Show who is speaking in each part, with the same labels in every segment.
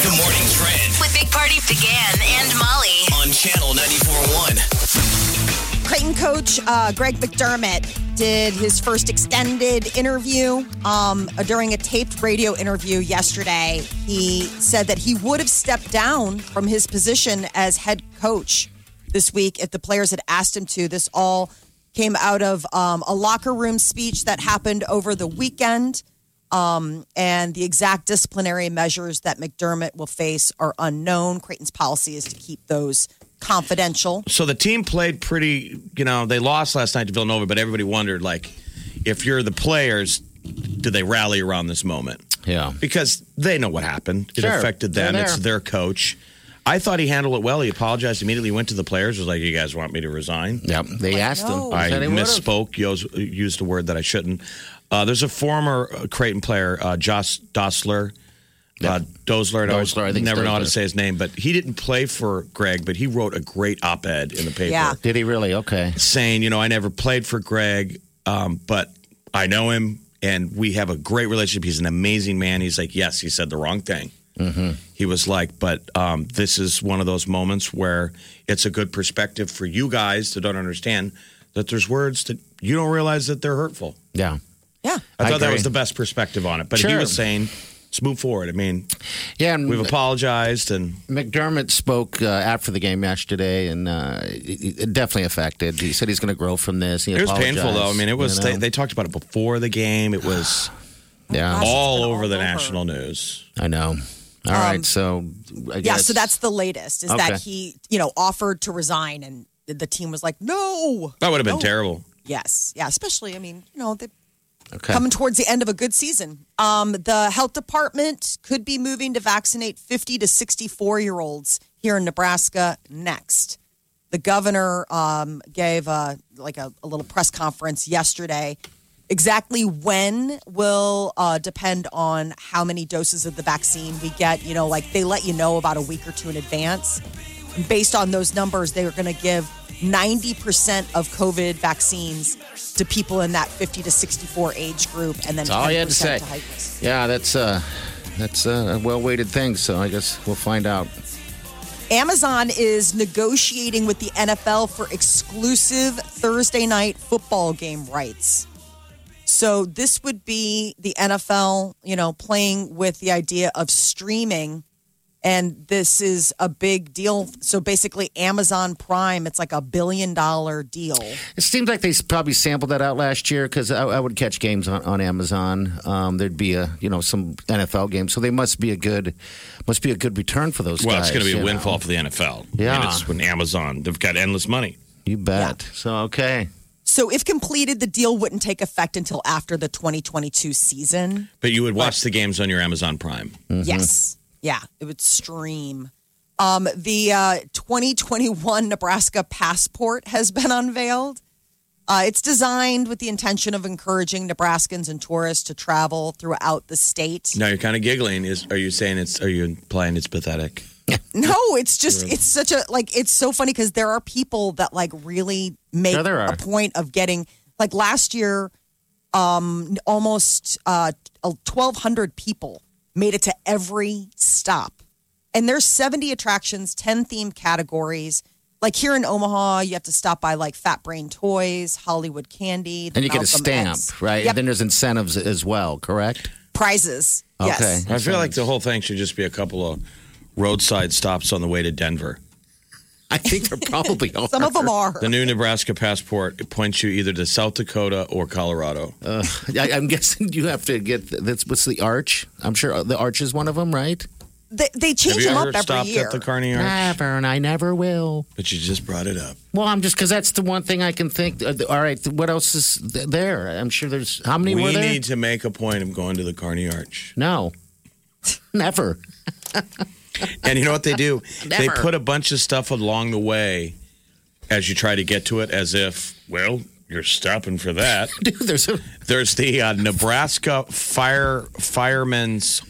Speaker 1: Good morning, Trend
Speaker 2: with Big Party began and Molly.
Speaker 1: on Channel 94.1.
Speaker 3: Clayton coach uh, Greg McDermott did his first extended interview um, during a taped radio interview yesterday. He said that he would have stepped down from his position as head coach this week if the players had asked him to. This all came out of um, a locker room speech that happened over the weekend. Um, and the exact disciplinary measures that McDermott will face are unknown. Creighton's policy is to keep those confidential.
Speaker 4: So the team played pretty, you know, they lost last night to Villanova, but everybody wondered, like, if you're the players, do they rally around this moment?
Speaker 5: Yeah.
Speaker 4: Because they know what happened. It
Speaker 5: Sure.
Speaker 4: affected them.
Speaker 5: They're
Speaker 4: It's
Speaker 5: there.
Speaker 4: their coach. I thought he handled it well. He apologized immediately, went to the players, was like, you guys want me to resign?
Speaker 5: Yep. They asked him.
Speaker 3: no.
Speaker 4: I
Speaker 5: Said he would've.
Speaker 4: misspoke, yos- used a word that I shouldn't. Uh, there's a former uh, Creighton player, uh, Josh Dossler. Uh, Dosler, I always
Speaker 5: Dosler, I think it's
Speaker 4: never know how to
Speaker 5: Dosler.
Speaker 4: say his name, but he didn't play for Greg, but he wrote a great op ed in the paper
Speaker 3: Yeah.
Speaker 5: Did he really? Okay.
Speaker 4: saying, you know, I never played for Greg, um, but I know him and we have a great relationship. He's an amazing man. He's like, yes, he said the wrong thing.
Speaker 5: Mm-hmm.
Speaker 4: He was like, but um, this is one of those moments where it's a good perspective for you guys that don't understand that there's words that you don't realize that they're hurtful.
Speaker 5: Yeah.
Speaker 3: Yeah.
Speaker 4: I,
Speaker 5: I
Speaker 4: thought that
Speaker 5: agree.
Speaker 4: was the best perspective on it. But he
Speaker 5: Sure.
Speaker 4: was saying, let's move forward. I mean,
Speaker 5: Yeah. And
Speaker 4: we've apologized and
Speaker 5: McDermott spoke uh, after the game yesterday, and uh, it, it definitely affected. He said he's going to grow from this. He
Speaker 4: it was
Speaker 5: apologized,
Speaker 4: painful though. I mean, it was,
Speaker 5: you
Speaker 4: they,
Speaker 5: know?
Speaker 4: they talked about it before the game. It was
Speaker 5: yeah.
Speaker 3: Gosh.
Speaker 4: all
Speaker 3: been all
Speaker 4: over the
Speaker 3: over.
Speaker 4: national news.
Speaker 5: I know. All right. So. I
Speaker 3: Um, Yeah,
Speaker 5: guess-
Speaker 3: so that's the latest is
Speaker 5: Okay.
Speaker 3: that he, you know, offered to resign and the- the team was like, no.
Speaker 4: That would have been
Speaker 3: No.
Speaker 4: terrible.
Speaker 3: Yes. Yeah. Especially, I mean, you know, they
Speaker 5: okay.
Speaker 3: coming towards the end of a good season. Um, the health department could be moving to vaccinate 50 to 64 year olds here in Nebraska next. The governor um, gave uh like a, a little press conference yesterday. Exactly when will uh, depend on how many doses of the vaccine we get. You know, like they let you know about a week or two in advance. And based on those numbers, they are going to give 90% of COVID vaccines to people in that 50 to 64 age group, and then
Speaker 5: That's all you had to
Speaker 3: 10%
Speaker 5: say.
Speaker 3: to high risk.
Speaker 5: Yeah, that's uh, that's uh, a well-weighted thing. So I guess we'll find out.
Speaker 3: Amazon is negotiating with the NFL for exclusive Thursday night football game rights. So this would be the NFL, you know, playing with the idea of streaming. And this is a big deal. So basically, Amazon Prime, it's like a billion dollar deal.
Speaker 5: It seems like they probably sampled that out last year because I, I would catch games on, on Amazon. Um, there'd be a you know some NFL games, so they must be a good must be a good return for those.
Speaker 4: Well,
Speaker 5: guys,
Speaker 4: it's going to be
Speaker 5: you
Speaker 4: a
Speaker 5: know?
Speaker 4: windfall for the NFL.
Speaker 5: Yeah.
Speaker 4: And it's when Amazon, they've got endless money.
Speaker 5: You bet. So okay,
Speaker 3: So if completed, the deal wouldn't take effect until after the 2022 season.
Speaker 4: But you would watch the games on your Amazon Prime.
Speaker 3: Yes. Yeah, it would stream. Um, the uh, 2021 Nebraska passport has been unveiled. Uh, it's designed with the intention of encouraging Nebraskans and tourists to travel throughout the state.
Speaker 4: Now you're kind of giggling. Is Are you saying it's, are you implying it's pathetic?
Speaker 3: No, it's just it's such a like it's so funny because there are people that like really make
Speaker 5: Sure there
Speaker 3: a
Speaker 5: are.
Speaker 3: point of getting like last year, um, almost uh twelve hundred people made it to every stop, and there's seventy attractions, ten theme categories. Like here in Omaha, you have to stop by like Fat Brain Toys, Hollywood Candy, the
Speaker 5: and you get a
Speaker 3: Malcolm
Speaker 5: stamp,
Speaker 3: X.
Speaker 5: right?
Speaker 3: Yep,
Speaker 5: And then there's incentives as well, correct?
Speaker 3: prizes. Yes.
Speaker 5: Okay.
Speaker 4: I feel like the whole thing should just be a couple of roadside stops on the way to Denver.
Speaker 5: I think there probably are.
Speaker 3: Some of them are.
Speaker 4: The new Nebraska passport it points you either to South Dakota or Colorado.
Speaker 5: I, I'm guessing you have to get that's what's the arch. I'm sure uh, the arch is one of them, right?
Speaker 3: They, they
Speaker 4: Have
Speaker 3: change
Speaker 4: you
Speaker 3: them
Speaker 4: ever
Speaker 3: up every
Speaker 4: stopped
Speaker 3: year.
Speaker 4: at the Carney Arch?
Speaker 5: Never, and I never will.
Speaker 4: But you just brought it up.
Speaker 5: Well, I'm just because that's the one thing I can think. uh, All right, what else is th- there? I'm sure there's how many
Speaker 4: We
Speaker 5: were there?
Speaker 4: need to make a point of going to the Carney Arch.
Speaker 5: no, never.
Speaker 4: And you know what they do? They
Speaker 2: Never.
Speaker 4: put a bunch of stuff along the way as you try to get to it, as if, well, you're stopping for that.
Speaker 5: Dude, there's a
Speaker 4: There's the uh, Nebraska Fire Firemen's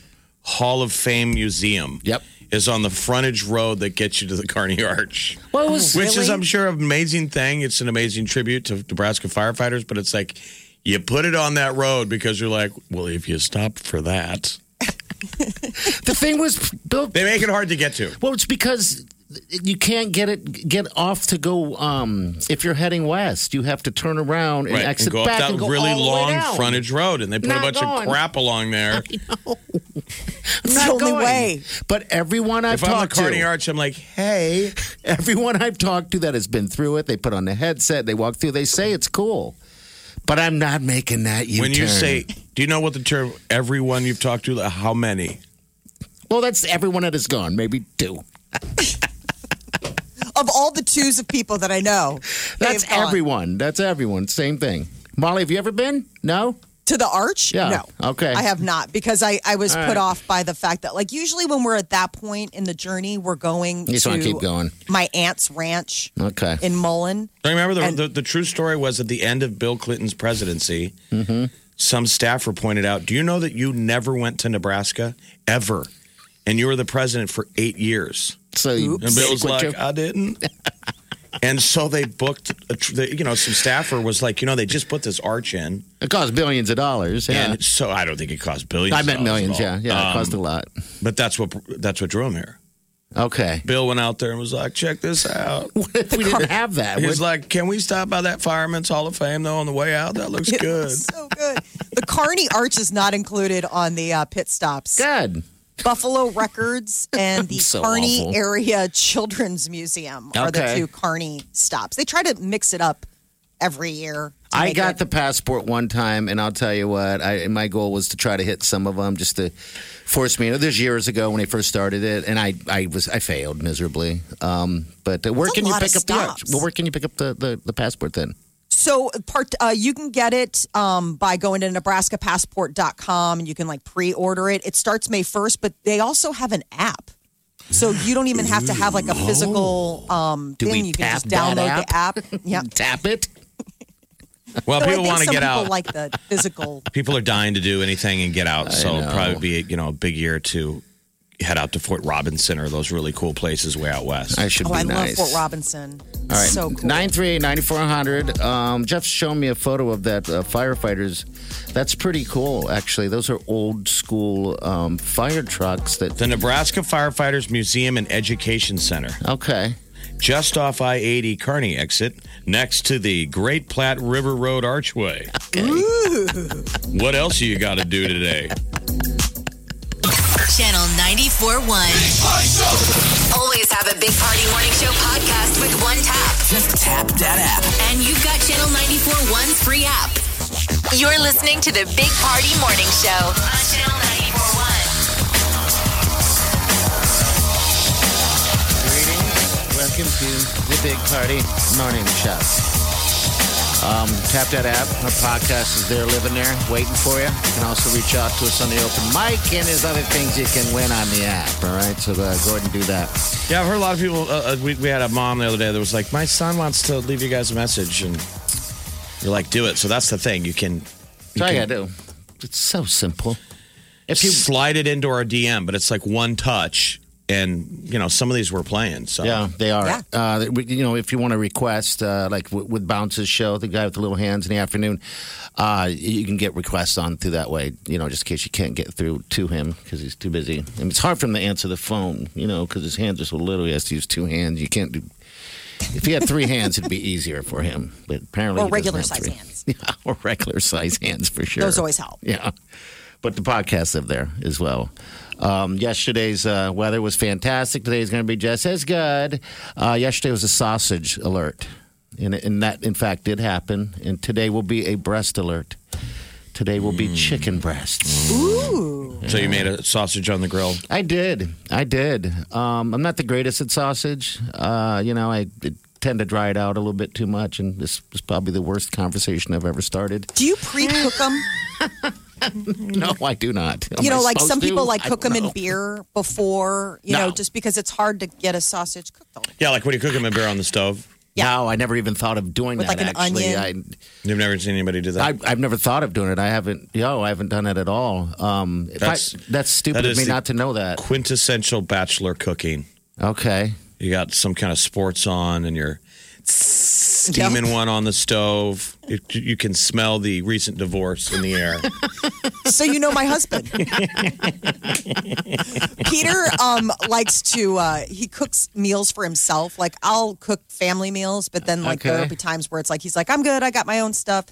Speaker 4: Hall of Fame Museum.
Speaker 5: Yep.
Speaker 4: Is on the frontage road that gets you to the Carney Arch.
Speaker 5: what was
Speaker 4: Which is, um, I'm sure, an amazing thing. It's an amazing tribute to Nebraska firefighters, but it's like you put it on that road because you're like, well, if you stop for that,
Speaker 5: the thing was Bill
Speaker 4: they make it hard to get to.
Speaker 5: Well, it's because you can't get it get off to go um if you're heading west you have to turn around and
Speaker 4: Right,
Speaker 5: exit
Speaker 4: and go
Speaker 5: back
Speaker 4: up
Speaker 5: and
Speaker 4: that
Speaker 5: go
Speaker 4: really
Speaker 5: all the way
Speaker 4: long
Speaker 5: down.
Speaker 4: frontage road, and they put a
Speaker 5: Not
Speaker 4: bunch
Speaker 5: going.
Speaker 4: of crap along there.
Speaker 5: It's
Speaker 3: the only way.
Speaker 5: but everyone i've
Speaker 4: If I'm the
Speaker 5: talked
Speaker 4: Carney
Speaker 5: to
Speaker 4: Arch, I'm like, hey,
Speaker 5: everyone i've talked to that has been through it they put on the headset they walk through they say it's cool but i'm not making that you
Speaker 4: when you say, do you know what the term everyone you've talked to, how many?
Speaker 5: well that's everyone that has gone maybe two
Speaker 3: Of all the twos of people that I know,
Speaker 5: that's
Speaker 3: they've gone.
Speaker 5: everyone that's everyone same thing molly have you ever been no
Speaker 3: To the arch?
Speaker 5: Yeah.
Speaker 3: No.
Speaker 5: Okay.
Speaker 3: I have not because I, I was
Speaker 5: All
Speaker 3: put
Speaker 5: right.
Speaker 3: off by the fact that, like, usually when we're at that point in the journey, we're going
Speaker 5: You just
Speaker 3: to
Speaker 5: wanna keep going.
Speaker 3: my aunt's ranch
Speaker 5: okay
Speaker 3: in Mullen.
Speaker 4: I remember the,
Speaker 3: And-
Speaker 4: the, the true story was at the end of Bill Clinton's presidency,
Speaker 5: Mm-hmm.
Speaker 4: some staffer pointed out, Do you know that you never went to Nebraska ever? And you were the president for eight years.
Speaker 5: so you
Speaker 4: And Bill's
Speaker 5: quit
Speaker 4: like,
Speaker 5: your-
Speaker 4: I didn't. and so they booked, a, tr- the, you know, some staffer was like, You know, they just put this arch in.
Speaker 5: it costs billions of dollars yeah
Speaker 4: And so I don't think it cost billions.
Speaker 5: I
Speaker 4: of
Speaker 5: meant
Speaker 4: dollars at
Speaker 5: millions,
Speaker 4: all.
Speaker 5: yeah. Yeah, it
Speaker 4: Um,
Speaker 5: cost a lot.
Speaker 4: But that's what that's what drew him here.
Speaker 5: Okay.
Speaker 4: Bill went out there and was like, "Check this out."
Speaker 5: What if we didn't have that?
Speaker 4: He
Speaker 5: Would-
Speaker 4: was like, "Can we stop by that Fireman's Hall of Fame though on the way out? That looks good."
Speaker 3: So good. The Carney Arch is not included on the uh, pit stops.
Speaker 5: good.
Speaker 3: Buffalo Records and the
Speaker 5: So
Speaker 3: Carney
Speaker 5: awful.
Speaker 3: Area Children's Museum are the
Speaker 5: Okay.
Speaker 3: two Carney stops. They try to mix it up every year. to
Speaker 5: I
Speaker 3: make
Speaker 5: got
Speaker 3: it-
Speaker 5: the passport one time, and I'll tell you what, I, my goal was to try to hit some of them just to force me. You know, this years ago when I first started it, and I, I was I failed miserably. Um, but uh, where
Speaker 3: That's a
Speaker 5: can you
Speaker 3: lot of
Speaker 5: pick up the arch?
Speaker 3: stops.
Speaker 5: Well, where can you pick up the, the, the passport then?
Speaker 3: So part uh, you can get it um, by going to nebraskapassport.com and you can like pre-order it. It starts May 1st, but they also have an app. So you don't even have to have like a physical um,
Speaker 5: Oh. Do
Speaker 3: thing.
Speaker 5: we
Speaker 3: You can
Speaker 5: tap
Speaker 3: just download
Speaker 5: that
Speaker 3: the app. Yeah.
Speaker 5: Tap it.
Speaker 4: Well,
Speaker 3: So I
Speaker 4: people
Speaker 3: think
Speaker 4: want to
Speaker 3: some
Speaker 4: get
Speaker 3: people
Speaker 4: out.
Speaker 3: like the physical.
Speaker 4: people are dying to do anything and get out. so it'll
Speaker 5: know.
Speaker 4: probably be you know a big year to head out to Fort Robinson or those really cool places way out west.
Speaker 5: I should
Speaker 3: Oh,
Speaker 5: be
Speaker 3: I love
Speaker 5: nice.
Speaker 3: Fort Robinson. It's
Speaker 5: All
Speaker 3: so
Speaker 5: right.
Speaker 3: cool.
Speaker 5: 938 9400. Um, Jeff's shown me a photo of that uh, firefighters. That's pretty cool, actually. Those are old school um, fire trucks that.
Speaker 4: the Nebraska Firefighters Museum and Education Center,
Speaker 5: Okay.
Speaker 4: just off I 80 Kearney exit, next to the Great Platte River Road Archway. What else you got to do today?
Speaker 2: Channel 94.1. Always have a Big Party Morning Show podcast with one tap.
Speaker 1: Just tap that app.
Speaker 2: And you've got Channel 94.1's free app. You're listening to the Big Party Morning Show on Channel 94.1.
Speaker 5: Greetings. Welcome to the Big Party Morning Show. Um, tap that app. Our podcast is there, living there, waiting for you. You can also reach out to us on the open mic, and there's other things you can win on the app. All right, so uh, go ahead and do that.
Speaker 4: Yeah, I've heard a lot of people. Uh, uh, we, we had a mom the other day that was like, "My son wants to leave you guys a message," and you're like, "Do it." So that's the thing. You can
Speaker 5: That's all you gotta do. It's so simple. If you
Speaker 4: slide it into our DM, but it's like one touch, and you know some of these we're playing. So
Speaker 5: Yeah, they are.
Speaker 3: Yeah.
Speaker 5: Uh, we- you know, if you want to request, uh, like w- with Bounce's show, the guy with the little hands in the afternoon, uh, you can get requests on through that way. You know, just in case you can't get through to him because he's too busy, and it's hard for him to answer the phone. You know, because his hands are so little, he has to use two hands. You can't do. If he had three hands, it'd be easier for him. But apparently,
Speaker 3: Or
Speaker 5: he doesn't
Speaker 3: regular
Speaker 5: have
Speaker 3: size
Speaker 5: three.
Speaker 3: hands.
Speaker 5: Yeah, or regular size hands for sure.
Speaker 3: Those always help.
Speaker 5: Yeah. But the podcasts live there as well. Um, yesterday's uh, weather was fantastic. Today's going to be just as good. Uh, yesterday was a sausage alert. And, and that, in fact, did happen. And today will be a breast alert. Today will be chicken breasts.
Speaker 4: So you made a sausage on the grill.
Speaker 5: I did. I did. Um, I'm not the greatest at sausage. Uh, you know, I it tend to dry it out a little bit too much, and this was probably the worst conversation I've ever started.
Speaker 3: Do you pre-cook them?
Speaker 5: No, I do not. Am
Speaker 3: you know,
Speaker 5: I
Speaker 3: like some
Speaker 5: supposed to?
Speaker 3: people like
Speaker 5: I
Speaker 3: cook
Speaker 5: don't
Speaker 3: them in
Speaker 5: know.
Speaker 3: beer before, you know,
Speaker 5: No.
Speaker 3: just because it's hard to get a sausage cooked all.
Speaker 4: Yeah, like when you cook them in beer on the stove.
Speaker 5: No, I never even thought of doing
Speaker 3: With,
Speaker 5: that.
Speaker 3: like, an
Speaker 5: actually,
Speaker 3: onion?
Speaker 4: You've never seen anybody do that.
Speaker 5: I, I I've never thought of doing it. I haven't. Yo, I haven't done it at all. Um, if I- that's,
Speaker 4: That's-
Speaker 5: stupid
Speaker 4: that
Speaker 5: of
Speaker 4: is
Speaker 5: me
Speaker 4: the-
Speaker 5: not to know that.
Speaker 4: Quintessential bachelor cooking.
Speaker 5: Okay.
Speaker 4: You got some kind of sports on, and you're steaming one on the stove. It, you can smell the recent divorce in the air.
Speaker 3: So you know my husband. Peter um likes to uh he cooks meals for himself. Like I'll cook family meals, but then like there'll
Speaker 5: Okay.
Speaker 3: be times where it's like he's like, I'm good, I got my own stuff.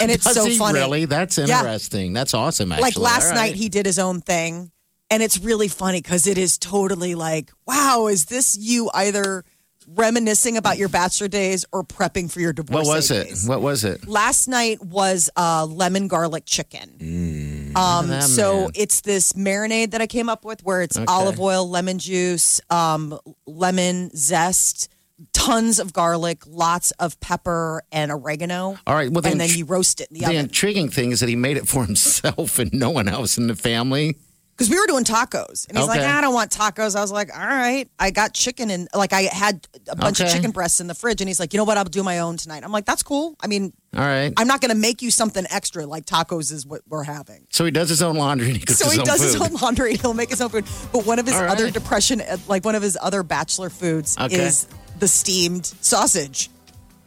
Speaker 3: And it's
Speaker 5: Does
Speaker 3: so
Speaker 5: he
Speaker 3: funny.
Speaker 5: Really, that's
Speaker 3: Yeah.
Speaker 5: interesting. That's awesome. Actually,
Speaker 3: like last
Speaker 5: All
Speaker 3: night
Speaker 5: right.
Speaker 3: he did his own thing and it's really funny because it is totally like wow is this you either reminiscing about your bachelor days or prepping for your divorce
Speaker 5: What was it?
Speaker 3: days?
Speaker 5: What was it?
Speaker 3: last night was uh, lemon garlic chicken um,
Speaker 5: at that,
Speaker 3: so
Speaker 5: man.
Speaker 3: it's this marinade that i came up with where it's olive oil lemon juice um, lemon zest tons of garlic lots of pepper and oregano
Speaker 5: All right. Well, the,
Speaker 3: and then
Speaker 5: intri-
Speaker 3: you roast it in the
Speaker 5: the
Speaker 3: oven
Speaker 5: intriguing thing is that he made it for himself and no one else in the family.
Speaker 3: because we were doing tacos, and he's like,
Speaker 5: Okay.
Speaker 3: "I don't want tacos." I was like, "All right." I got chicken and like I had a bunch of
Speaker 5: Okay.
Speaker 3: chicken breasts in the fridge, and he's like, "You know what? I'll do my own tonight." I'm like, "That's cool." I mean,
Speaker 5: All right.
Speaker 3: I'm not going to make you something extra. Like tacos is what we're having.
Speaker 5: so he does his own laundry. And he cooks
Speaker 3: So
Speaker 5: his
Speaker 3: he
Speaker 5: own
Speaker 3: does
Speaker 5: food.
Speaker 3: his own laundry. He'll make his own food. But one of his
Speaker 5: All
Speaker 3: other
Speaker 5: right.
Speaker 3: depression, uh, like one of his other bachelor foods,
Speaker 5: Okay.
Speaker 3: is the steamed sausage.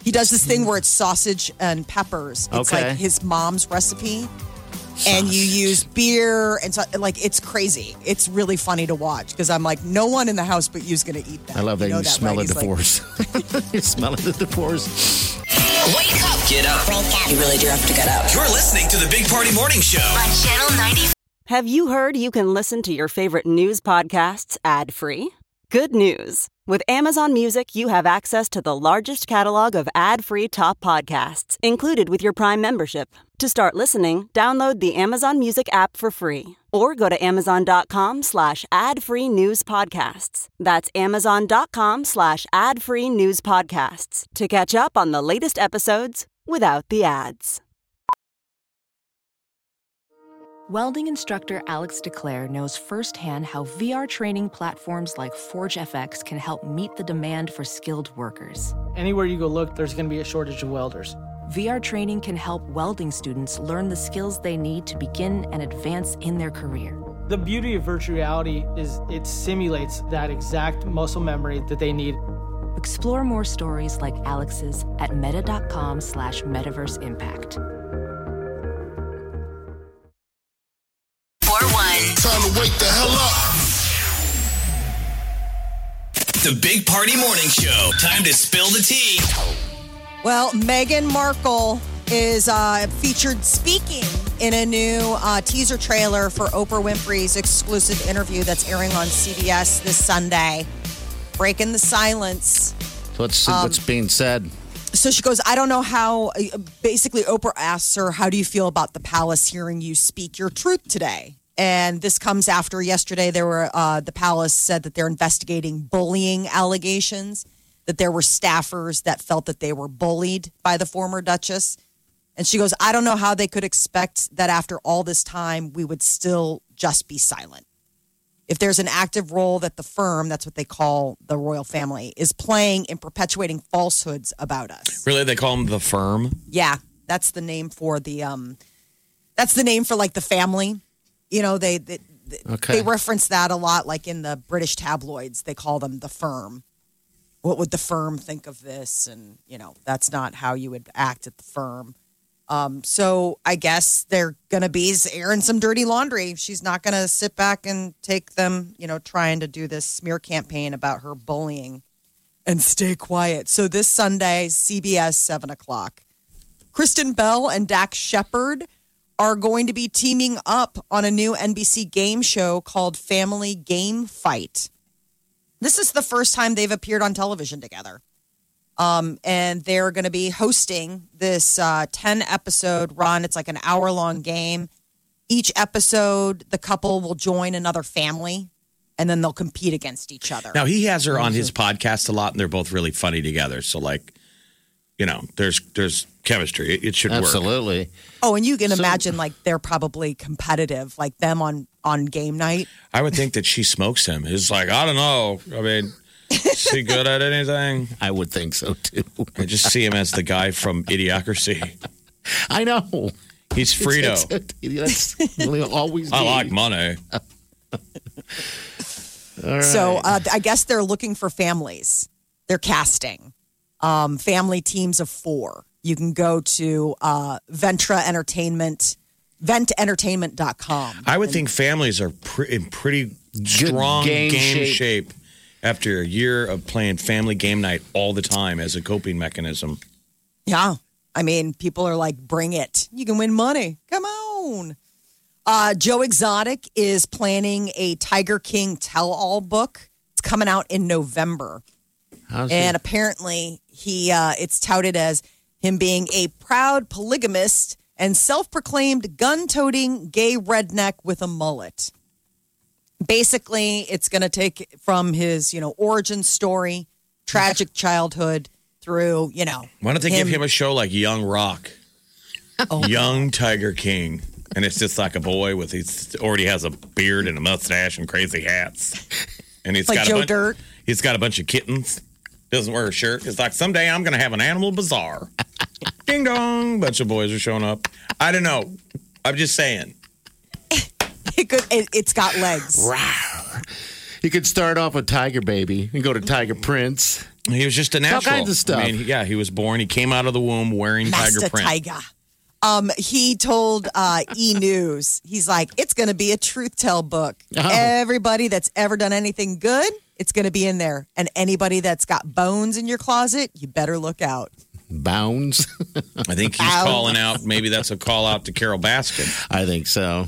Speaker 3: He does this thing where it's sausage and peppers. It's
Speaker 5: Okay.
Speaker 3: like his mom's recipe. And you use beer and so like it's crazy. It's really funny to watch because I'm like, no one in the house but you's gonna eat that.
Speaker 5: I love that you,
Speaker 3: know
Speaker 5: smell
Speaker 3: right?
Speaker 5: a
Speaker 3: He's like,
Speaker 5: divorce. you smell a divorce.
Speaker 2: Wake up
Speaker 1: Get up.
Speaker 6: You really do have to get up.
Speaker 1: You're listening to the Big Party Morning Show.
Speaker 2: on Channel 94.
Speaker 7: Have you heard you can listen to your favorite news podcasts ad free? Good news! With Amazon Music, you have access to the largest catalog of ad free top podcasts included with your Prime membership. To start listening, download the Amazon Music app for free or go to amazon.com slash ad free news podcasts. That's amazon.com slash ad free news podcasts to catch up on the latest episodes without the ads.
Speaker 8: Welding instructor Alex DeClaire knows firsthand how VR training platforms like ForgeFX can help meet the demand for skilled workers.
Speaker 9: Anywhere you go look, there's going to be a shortage of welders.
Speaker 8: VR training can help welding students learn the skills they need to begin and advance in their career.
Speaker 9: The beauty of virtual reality is it simulates that exact muscle memory that they need.
Speaker 8: Explore more stories like Alex's at meta.com slash metaverse impact.
Speaker 2: 41.
Speaker 10: Time to wake the hell up.
Speaker 1: The Big Party Morning Show. Time to spill the tea.
Speaker 3: Well, Meghan Markle is uh, featured speaking in a new uh, teaser trailer for Oprah Winfrey's exclusive interview that's airing on CBS this Sunday, breaking the silence.
Speaker 5: So what's
Speaker 3: Um,
Speaker 5: what's being said?
Speaker 3: So she goes, I don't know how. uh, Basically, Oprah asks her, How do you feel about the palace hearing you speak your truth today? And this comes after yesterday. There were uh, the palace said that they're investigating bullying allegations. That there were staffers that felt that they were bullied by the former duchess. And she goes, I don't know how they could expect that after all this time, we would still just be silent. If there's an active role that the firm, that's what they call the royal family, is playing in perpetuating falsehoods about us.
Speaker 4: Really, they call them the firm.
Speaker 3: Yeah, that's the name for the um, that's the name for like the family. You know, they they, they-
Speaker 5: Okay.
Speaker 3: they reference that a lot, like in the British tabloids. They call them the firm. What would the firm think of this? And you know, that's not how you would act at the firm. Um, so I guess they're gonna be airing some dirty laundry. She's not gonna sit back and take them, you know, trying to do this smear campaign about her bullying and stay quiet. So this Sunday, CBS, seven o'clock. Kristen Bell and Dax Shepard are going to be teaming up on a new NBC game show called Family Game Fight. This is the first time they've appeared on television together. Um, and they're going to be hosting this uh, 10 episode run. It's like an hour long game. Each episode, the couple will join another family and then they'll compete against each other.
Speaker 4: Now he has her on his podcast a lot, and they're both really funny together. So like, you know, there's there's chemistry. It, it should work.
Speaker 5: Absolutely.
Speaker 3: Oh, and you can imagine like they're probably competitive, like them on on game night.
Speaker 4: I would think that she smokes him. It's like I don't know. I mean, is he good at anything?
Speaker 5: I would think so too.
Speaker 4: I just see him as the guy from Idiocracy.
Speaker 5: I know.
Speaker 4: He's Frito.
Speaker 5: That's really always.
Speaker 4: I
Speaker 5: be.
Speaker 4: like money.
Speaker 3: So uh, I guess they're looking for families. They're casting um, family teams of four. You can go to uh, Ventra Entertainment, vententertainment.com.
Speaker 4: I would think families are pre- in pretty strong
Speaker 5: game
Speaker 4: game,
Speaker 5: shape.
Speaker 4: shape. after a year of playing family game night all the time as a coping mechanism.
Speaker 3: Yeah. I mean, people are like, bring it. You can win money. Come on. Uh, Joe Exotic is planning a Tiger King tell all book. It's coming out in November.
Speaker 5: How's
Speaker 3: And apparently, he uh, it's touted as him being a proud polygamist and self-proclaimed gun-toting gay redneck with a mullet. Basically, it's going to take from his you know origin story, tragic childhood through you know.
Speaker 4: Why don't they give him a show like Young Rock,
Speaker 3: Oh.
Speaker 4: Young Tiger King? And it's just like a boy with he's already has a beard and a mustache and crazy hats, and he's
Speaker 3: Like
Speaker 4: got
Speaker 3: Joe
Speaker 4: a bunch,
Speaker 3: Dirt.
Speaker 4: He's got a bunch of kittens. Doesn't wear a shirt. It's like someday I'm gonna have an animal bazaar. Ding dong! Bunch of boys are showing up. I don't know. I'm just saying.
Speaker 3: It could, it, it's got legs.
Speaker 5: You could start off with Tiger Baby and go to Tiger Prince.
Speaker 4: He was just a natural.
Speaker 5: kinds of stuff.
Speaker 4: I mean, yeah, he was born. He came out of the womb wearing
Speaker 3: Master
Speaker 4: tiger print.
Speaker 3: Tiger. Um, he told uh, E News, he's like, it's going to be a truth tell book.
Speaker 5: Oh.
Speaker 3: Everybody that's ever done anything good, it's going to be in there. And anybody that's got bones in your closet, you better look out.
Speaker 5: Bounds.
Speaker 4: I think he's calling out. Maybe that's a call out to Carol Baskin.
Speaker 5: I think so.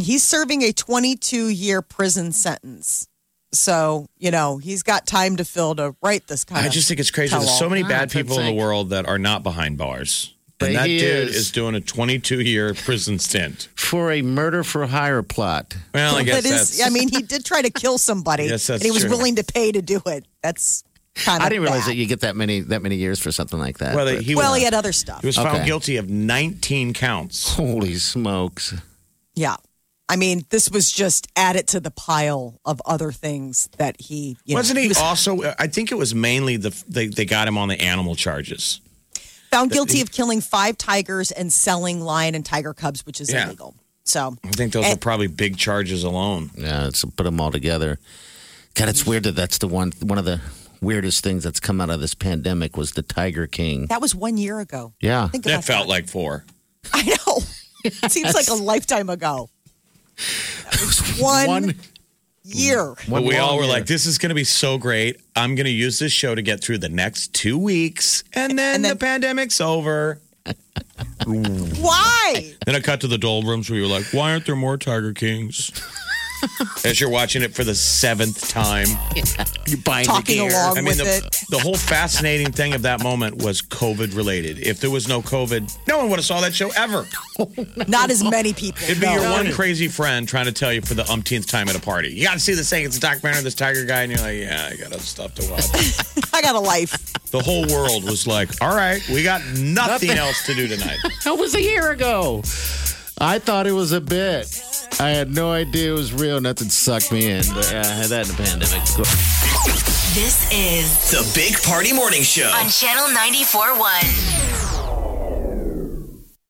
Speaker 3: He's serving a 22 year prison sentence. So, you know, he's got time to fill to write this kind
Speaker 4: I
Speaker 3: of.
Speaker 4: just think it's crazy. There's
Speaker 3: Tell-all.
Speaker 4: so many
Speaker 5: Ah,
Speaker 4: bad
Speaker 5: that's
Speaker 4: people in
Speaker 5: like-
Speaker 4: the world that are not behind bars.
Speaker 5: But
Speaker 4: And that
Speaker 5: he
Speaker 4: dude
Speaker 5: is.
Speaker 4: is doing a 22 year prison stint.
Speaker 5: For a murder for hire plot.
Speaker 4: Well, I guess
Speaker 3: that is,
Speaker 4: that's.
Speaker 3: I mean, he did try to kill somebody,
Speaker 4: Yes, that's
Speaker 3: and he was
Speaker 4: true.
Speaker 3: willing to pay to do it. That's kind of
Speaker 5: I didn't realize
Speaker 3: bad.
Speaker 5: that you get that many that many years for something like that.
Speaker 4: well,
Speaker 5: but-
Speaker 4: he,
Speaker 3: Well,
Speaker 4: was,
Speaker 3: he had other stuff.
Speaker 4: he was found
Speaker 5: Okay.
Speaker 4: guilty of 19 counts.
Speaker 5: holy smokes!
Speaker 3: Yeah. I mean, this was just added to the pile of other things that he you know,
Speaker 4: Wasn't he
Speaker 3: was
Speaker 4: also? I think it was mainly the they, they got him on the animal charges.
Speaker 3: found guilty of killing five tigers and selling lion and tiger cubs, which is
Speaker 4: Yeah.
Speaker 3: illegal. So
Speaker 4: I think those
Speaker 3: And-
Speaker 4: are probably big charges alone.
Speaker 5: Yeah, let's put them all together. God, it's weird that that's the one one of the weirdest things that's come out of this pandemic was the Tiger King.
Speaker 3: that was one year ago.
Speaker 5: Yeah,
Speaker 3: Think
Speaker 4: That
Speaker 3: about
Speaker 4: felt like four.
Speaker 3: I know. It seems like a lifetime ago. That was one, year.
Speaker 4: But we
Speaker 5: long
Speaker 4: all were
Speaker 5: year.
Speaker 4: like, this is going to be so great. I'm going to use this show to get through the next two weeks. And then,
Speaker 3: And then-
Speaker 4: the pandemic's over.
Speaker 3: Why?
Speaker 4: Then I cut to the doldrums where you were like, why aren't there more Tiger Kings? As you're watching it for the seventh time.
Speaker 5: you buying
Speaker 3: Talking
Speaker 5: the gear.
Speaker 3: along
Speaker 4: I mean,
Speaker 3: with
Speaker 4: the,
Speaker 3: it.
Speaker 4: the whole fascinating thing of that moment was COVID related. If there was no COVID, no one would have saw that show ever.
Speaker 3: Not as many people.
Speaker 4: It'd be
Speaker 3: no.
Speaker 4: your one crazy friend trying to tell you for the umpteenth time at a party. You got to see this thing. It's a documentary of this tiger guy. And you're like, yeah, I got other stuff to watch.
Speaker 3: I got a life.
Speaker 4: The whole world was like, all right, we got nothing else to do tonight.
Speaker 5: That was a year ago. I thought it was a bit. I had no idea it was real. Nothing sucked me in. But yeah, I had that in the pandemic. Go-
Speaker 2: This is
Speaker 1: The Big Party Morning Show.
Speaker 2: on Channel 94.1.